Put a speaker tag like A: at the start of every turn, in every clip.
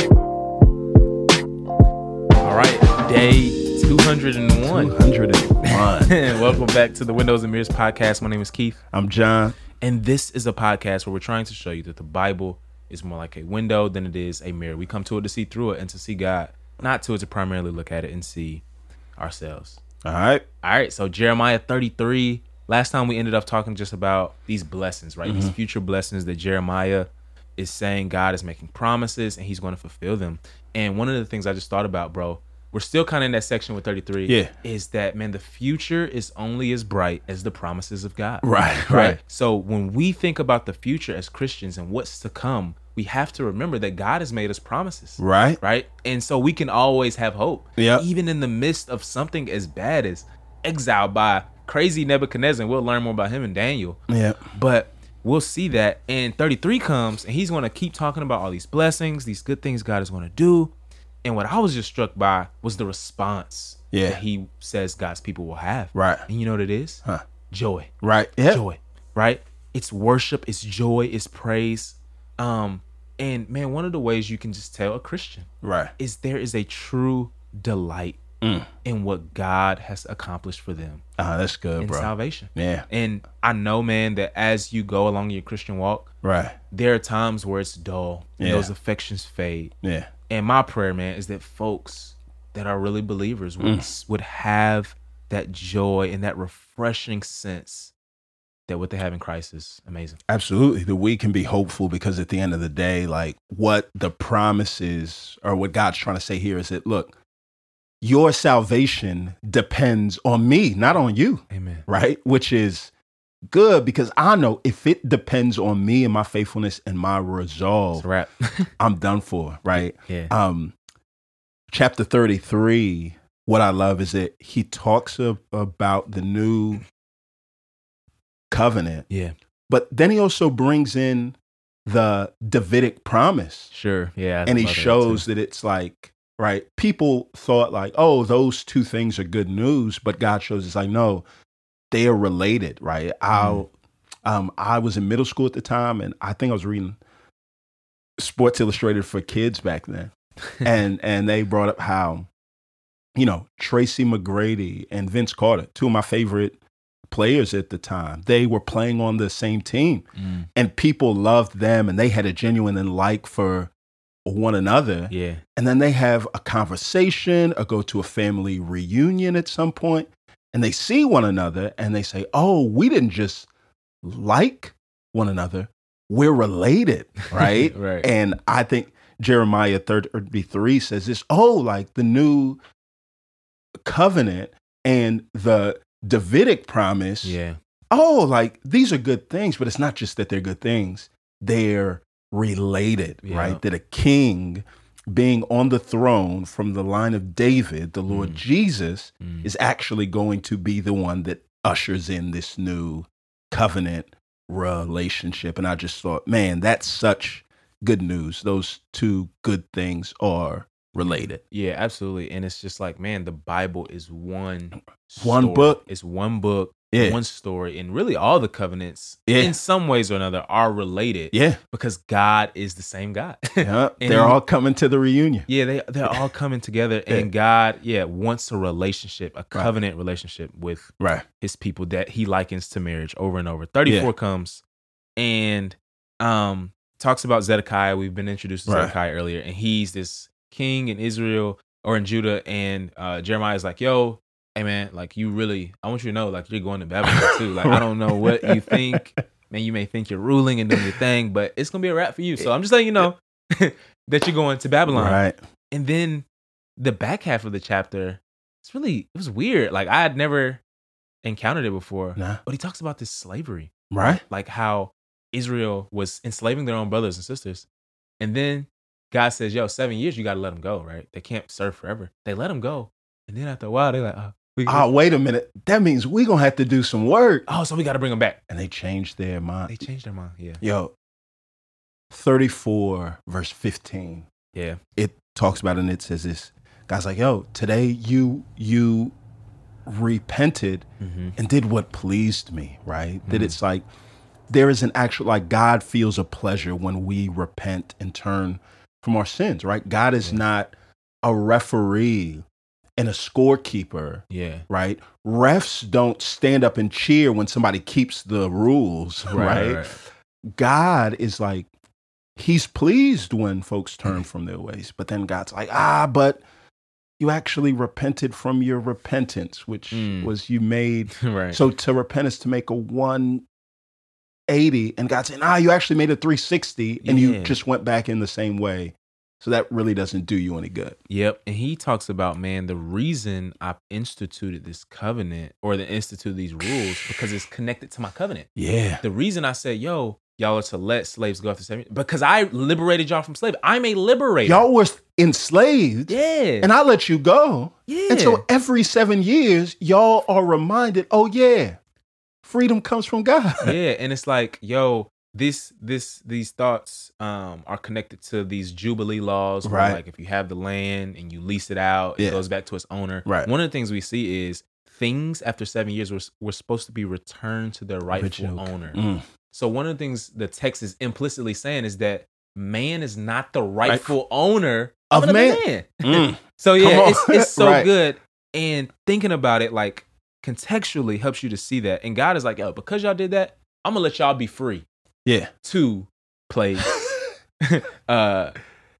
A: back to the Windows and Mirrors podcast. My name is Keith,
B: I'm John.
A: and this is a podcast where we're trying to show you that the Bible is more like a window than it is a mirror. We come to it to see through it and to see God, not to it to primarily look at it and see ourselves.
B: All right.
A: All right, so Jeremiah 33. Last time we ended up talking just about these blessings, right?
B: Mm-hmm.
A: These future blessings that Jeremiah is saying God is making promises and he's going to fulfill them. And one of the things I just thought about, bro, we're still kind of in that section with 33.
B: Yeah.
A: Is that, man, the future is only as bright as the promises of God.
B: Right, right.
A: So when we think about the future as Christians and what's to come, we have to remember that God has made us promises
B: Right.
A: right? And so we can always have hope.
B: Yeah.
A: Even in the midst of something as bad as exile by crazy Nebuchadnezzar, and we'll learn more about him in Daniel.
B: Yeah.
A: But we'll see that. And 33 comes, and he's going to keep talking about all these blessings, these good things God is going to do. And what I was just struck by was the response
B: Yeah.
A: that he says God's people will have.
B: Right.
A: And you know what it is?
B: Huh.
A: Joy
B: Right. Yeah.
A: joy, right? It's worship, it's joy, it's praise. Um, and man, one of the ways you can just tell a Christian
B: Right.
A: is there is a true delight
B: Mm.
A: in what God has accomplished for them
B: Ah, that's good,
A: in
B: bro.
A: salvation.
B: Yeah.
A: And I know, man, that as you go along your Christian walk,
B: Right.
A: there are times where it's dull, and
B: Yeah.
A: those affections fade.
B: Yeah.
A: And my prayer, man, is that folks that are really believers
B: Mm.
A: would, would have that joy and that refreshing sense that what they have in Christ is amazing.
B: Absolutely. That we can be hopeful because at the end of the day, like what the promise is or what God's trying to say here is that look, your salvation depends on me, not on you.
A: Amen.
B: right? Which is good because I know if it depends on me and my faithfulness and my
A: It's
B: resolve,
A: a wrap.
B: I'm done for, right?
A: yeah.
B: Um, chapter 33, what I love is that he talks of, about the new covenant,
A: Yeah.
B: but then he also brings in the Davidic promise
A: Sure. Yeah. I
B: and he
A: love that
B: shows
A: too.
B: that it's like right people thought like oh those two things are good news but god shows it's like no they are related right i
A: Mm-hmm.
B: um i was in middle school at the time and i think i was reading sports illustrated for kids back then and and they brought up how you know tracy mcgrady and vince carter two of my favorite players at the time they were playing on the same team
A: Mm,
B: and people loved them and they had a genuine and like for one another
A: yeah.
B: and then they have a conversation or go to a family reunion at some point and they see one another and they say oh we didn't just like one another we're related right
A: Right.
B: and i think jeremiah 33 says this oh like the new covenant and the davidic promise
A: yeah.
B: oh, like these are good things, but it's not just that they're good things, they're related,
A: Yeah.
B: right? That a king being on the throne from the line of David, the Lord
A: Mm.
B: Jesus,
A: Mm.
B: is actually going to be the one that ushers in this new covenant relationship. And I just thought, man, that's such good news. Those two good things are related.
A: Yeah, absolutely. And it's just like, man, the Bible is one
B: One
A: story.
B: book.
A: It's one book,
B: Yeah.
A: one story, and really all the covenants
B: Yeah.
A: in some ways or another are related
B: yeah.
A: because God is the same God.
B: yeah.
A: And-
B: They're all coming to the reunion.
A: Yeah, they they're all coming together,
B: Yeah.
A: and God, yeah, wants a relationship, a covenant relationship with
B: Right.
A: His people that He likens to marriage over and over. Thirty four comes, and um talks about Zedekiah. We've been introduced to
B: Right.
A: Zedekiah earlier, and he's this king in Israel or in Judah, and uh, Jeremiah's like, "Yo, hey man, like you really, I want you to know, like you're going to Babylon too. Like I don't know what you think." Man, you may think you're ruling and doing your thing, but it's gonna be a wrap for you. So I'm just letting you know that you're going to Babylon
B: Right.
A: and then the back half of the chapter it's really it was weird like i had never encountered it before
B: Nah.
A: but he talks about this slavery
B: Right.
A: like how israel was enslaving their own brothers and sisters and then god says yo seven years you got to let them go right they can't serve forever they let them go and then after a while they're like oh, we,
B: Oh, wait a minute. That means we're going to have to do some work.
A: oh so we got to bring them back
B: And they changed
A: they
B: their mind.
A: changed their mind yeah
B: Yo, 34, verse 15,
A: yeah
B: it talks about it and it says this. God's like, yo, today you, you repented
A: mm-hmm.
B: and did what pleased me, right? That
A: Mhm.
B: it's like, there is an actual, like, God feels a pleasure when we repent and turn from our sins, right? God is
A: Yeah.
B: not a referee and a scorekeeper,
A: Yeah.
B: right? Refs don't stand up and cheer when somebody keeps the rules, right? God is like, He's pleased when folks turn from their ways, but then God's like, ah, but you actually repented from your repentance, which
A: Mm.
B: was you made
A: right. Right.
B: so to repent is to make a 180, and God said, "Ah, you actually made a 360, and
A: Yeah.
B: you just went back in the same way." So that really doesn't do you any good.
A: Yep. And he talks about, man, the reason I've instituted this covenant or the institute these rules because it's connected to my covenant.
B: Yeah,
A: The reason I said, yo, y'all are to let slaves go after seven because I liberated y'all from slavery. I'm a liberator.
B: y'all were enslaved,
A: yeah.
B: and I let you go,
A: yeah.
B: and so every seven years, y'all are reminded, "Oh yeah, freedom comes from God."
A: yeah. And it's like, yo, this, this, these thoughts um, are connected to these jubilee laws. where,
B: Right.
A: Like if you have the land and you lease it out,
B: Yeah.
A: it goes back to its owner.
B: Right.
A: One of the things we see is things after seven years were, were supposed to be returned to their rightful
B: Original-
A: owner.
B: Mm.
A: So one of the things the text is implicitly saying is that man is not the rightful owner
B: Of
A: of, another
B: man.
A: man.
B: Mm.
A: So
B: Come
A: yeah,
B: on.
A: it's, it's so
B: Right.
A: good. And thinking about it, like contextually, helps you to see that. And God is like, yo, because y'all did that, I'm gonna let y'all be free
B: yeah,
A: to plague, uh,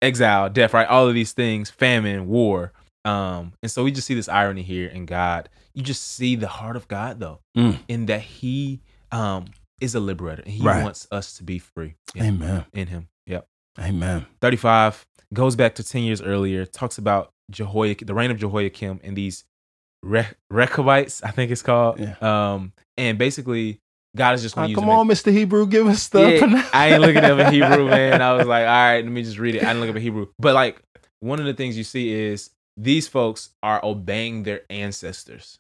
A: exile, death, right? All of these things, famine, war. Um, and so we just see this irony here in God. You just see the heart of God though,
B: Mm.
A: in that He um is a liberator and He
B: Right.
A: wants us to be free. Yeah
B: Amen,
A: in him. Yep.
B: Amen.
A: 35 goes back to 10 years earlier, talks about Jehoiakim, the reign of Jehoiakim and these Re- Rechabites, I think it's called.
B: Yeah.
A: Um, and basically, God is just
B: Ah,
A: going to use
B: come
A: them as-
B: on, Mister Hebrew, give us the.
A: Yeah, I ain't looking up in Hebrew, man. I was like, all right, let me just read it. I didn't look up in Hebrew. But like, one of the things you see is these folks are obeying their ancestors.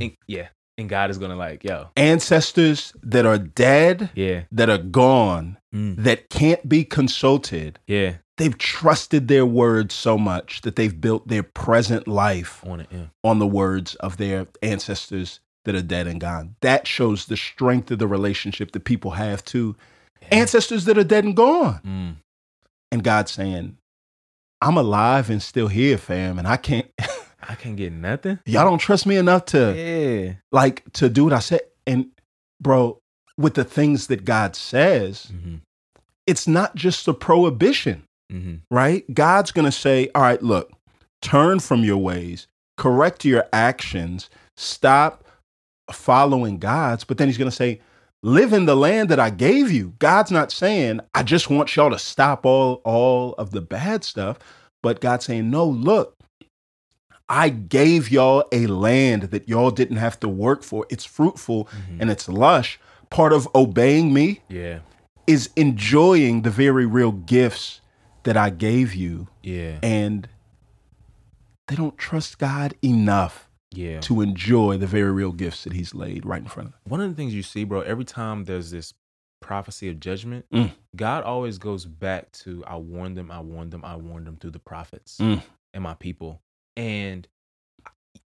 A: And, yeah. And God is going to, like, yo,
B: Ancestors that are dead,
A: yeah,
B: that are gone,
A: Mm.
B: that can't be consulted.
A: yeah,
B: They've trusted their words so much that they've built their present life
A: on it. Yeah.
B: on the words of their ancestors that are dead and gone. That shows the strength of the relationship that people have to ancestors that are dead and gone.
A: Mm.
B: And God saying, I'm alive and still here, fam, and I can't
A: I can't get nothing.
B: y'all don't trust me enough to
A: Yeah.
B: like to do what I said. And bro, with the things that God says,
A: Mm-hmm.
B: it's not just a prohibition.
A: Mm-hmm.
B: right? God's going to say, all right, look, turn from your ways, correct your actions, stop following God's. But then he's going to say, live in the land that I gave you. God's not saying, I just want y'all to stop all, all of the bad stuff. But God's saying, no, look, I gave y'all a land that y'all didn't have to work for. It's fruitful
A: Mm-hmm.
B: and it's lush. Part of obeying me
A: Yeah,
B: is enjoying the very real gifts that I gave you.
A: yeah,
B: And they don't trust God enough
A: yeah.
B: to enjoy the very real gifts that He's laid right in front of them.
A: One of the things you see, bro, every time there's this prophecy of judgment,
B: Mm.
A: God always goes back to, I warned them, I warned them, I warned them through the prophets
B: Mm.
A: and my people. And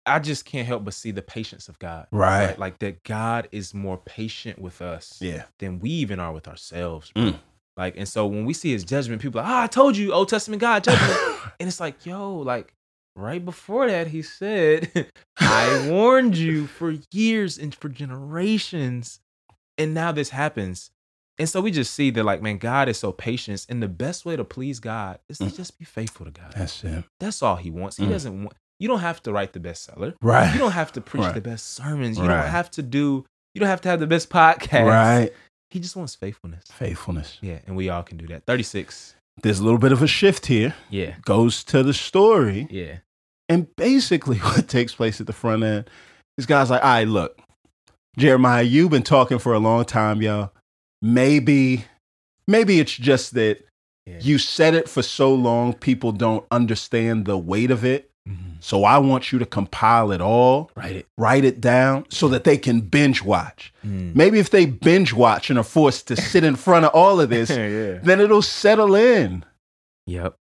A: I just can't help but see the patience of God.
B: Right.
A: Like that God is more patient with us
B: Yeah.
A: than we even are with ourselves. bro.
B: Mm.
A: Like, and so when we see his judgment, people are like, ah, I told you, Old Testament God, judgment. and it's like, yo, like right before that, he said, I warned you for years and for generations. And now this happens. And so we just see that, like, man, God is so patient. And the best way to please God is to
B: Mm.
A: just be faithful to God.
B: That's it.
A: That's all he wants. He
B: Mm.
A: doesn't want, you don't have to write the bestseller.
B: Right.
A: You don't have to preach
B: Right.
A: the best sermons. You
B: Right.
A: don't have to do, you don't have to have the best podcast.
B: Right.
A: He just wants faithfulness.
B: Faithfulness.
A: Yeah. And we all can do that. 36.
B: There's a little bit of a shift here.
A: Yeah.
B: Goes to the story.
A: Yeah.
B: And basically, what takes place at the front end is God's like, all right, look, Jeremiah, you've been talking for a long time, y'all. Maybe, maybe it's just that
A: Yeah.
B: You said it for so long, people don't understand the weight of it.
A: Mhm.
B: So I want you to compile it all,
A: write it.
B: write it down so that they can binge watch.
A: Mm.
B: Maybe if they binge watch and are forced to sit in front of all of this,
A: yeah.
B: then it'll settle in.
A: Yep.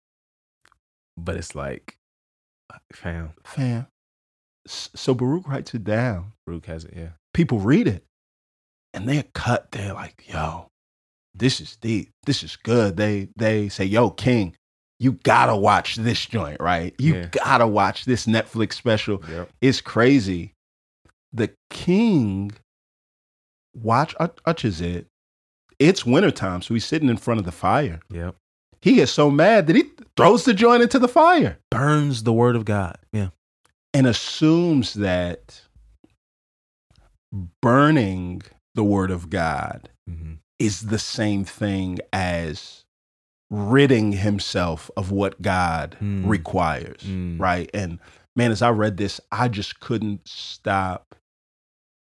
A: But it's like, uh, fam,
B: Fam. S- So Baruch writes it down.
A: Brooke has it. Yeah.
B: People read it and they're cut. They're like, yo, this is deep. This is good. They they say, yo, King, you gotta watch this joint, right? You
A: Yeah.
B: gotta watch this Netflix special.
A: Yep.
B: It's crazy. The king, watch touches it. It's wintertime, so he's sitting in front of the fire.
A: Yep.
B: He gets so mad that he throws the joint into the fire
A: Burns the word of God. Yeah.
B: and assumes that burning the word of God
A: Mm-hmm.
B: is the same thing as ridding himself of what God
A: Mm.
B: requires,
A: Mm.
B: right? And man, as I read this, I just couldn't stop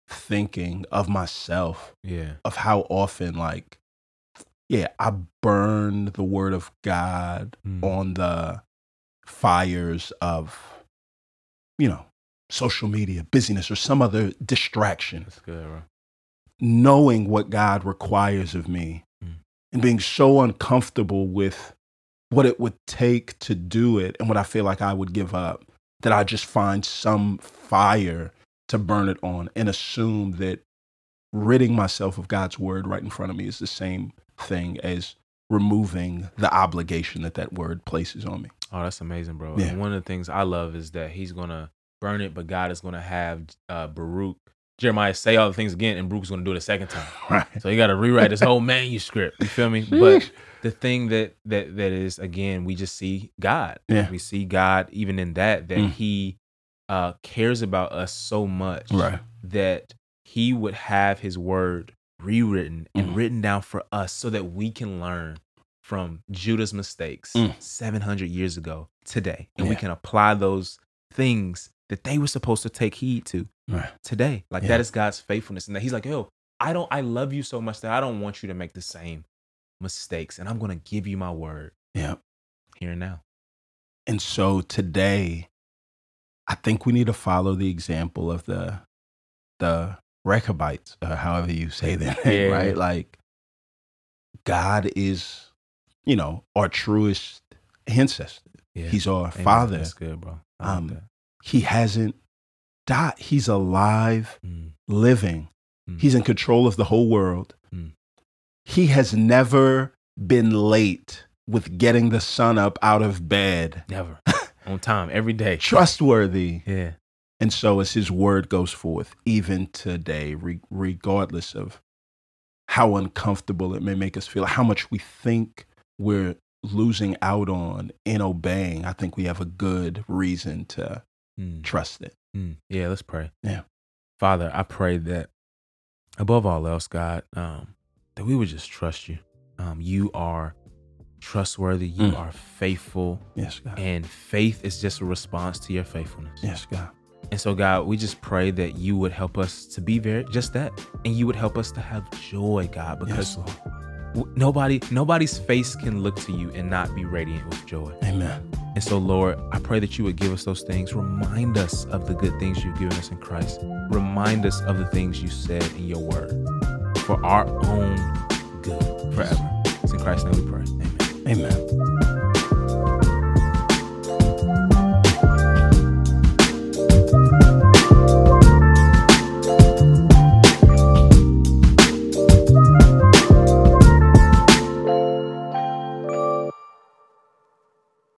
B: thinking of myself
A: Yeah.
B: of how often like yeah, I burned the word of God
A: Mm.
B: on the fires of you know, social media, busyness or some other distraction
A: That's good, bro.
B: knowing what God requires of me
A: Mm.
B: and being so uncomfortable with what it would take to do it and what I feel like I would give up that I just find some fire to burn it on and assume that ridding myself of God's word right in front of me is the same thing as removing the obligation that that word places on me.
A: Oh, that's amazing, bro.
B: Yeah.
A: And one of the things I love is that he's gonna burn it, but God is gonna have uh, Baruch Jeremiah say all the things again, and Baruch's gonna do it a second time.
B: Right.
A: So you got to rewrite this whole manuscript. You feel me? But the thing that that that is again, we just see God.
B: Yeah.
A: We see God even in that that
B: Mm.
A: He uh, cares about us so much
B: Right.
A: that He would have His word rewritten and
B: Mm.
A: written down for us so that we can learn from Judah's mistakes
B: Mm.
A: 700 years ago today, and we
B: Yeah.
A: can apply those things that they were supposed to take heed to
B: Right.
A: today. Like
B: Yeah.
A: that is God's faithfulness. And that He's like, yo, I don't I love you so much that I don't want you to make the same mistakes. And I'm gonna give you my word
B: Yeah.
A: here and now.
B: And so today, I think we need to follow the example of the the Rechabites, or however you say that, name,
A: Yeah.
B: right? Like God is, you know, our truest ancestor.
A: Yeah.
B: He's our
A: Amen.
B: father.
A: That's good, bro. I like
B: Um,
A: that.
B: He hasn't died. He's alive,
A: Mm.
B: living.
A: Mm.
B: He's in control of the whole world.
A: Mm.
B: He has never been late with getting the sun up out of bed.
A: Never. On time, every day.
B: Trustworthy.
A: Yeah.
B: And so, as his word goes forth, even today, re- regardless of how uncomfortable it may make us feel, how much we think we're losing out on in obeying, I think we have a good reason to
A: Mm.
B: trust it.
A: Mm. Yeah, let's pray.
B: Yeah.
A: Father, I pray that above all else, God, um, that we would just trust you. Um, you are trustworthy, you
B: Mm.
A: are faithful,
B: Yes, God.
A: and faith is just a response to your faithfulness.
B: Yes, God.
A: And so, God, we just pray that you would help us to be very just that, and you would help us to have joy, God,
B: Yes,
A: because
B: Lord.
A: w- nobody, nobody's face can look to you and not be radiant with joy.
B: Amen.
A: And so, Lord, I pray that you would give us those things. Remind us of the good things you've given us in Christ. Remind us of the things you said in your word for our own good forever. It's in Christ's name we pray. Amen.
B: Amen.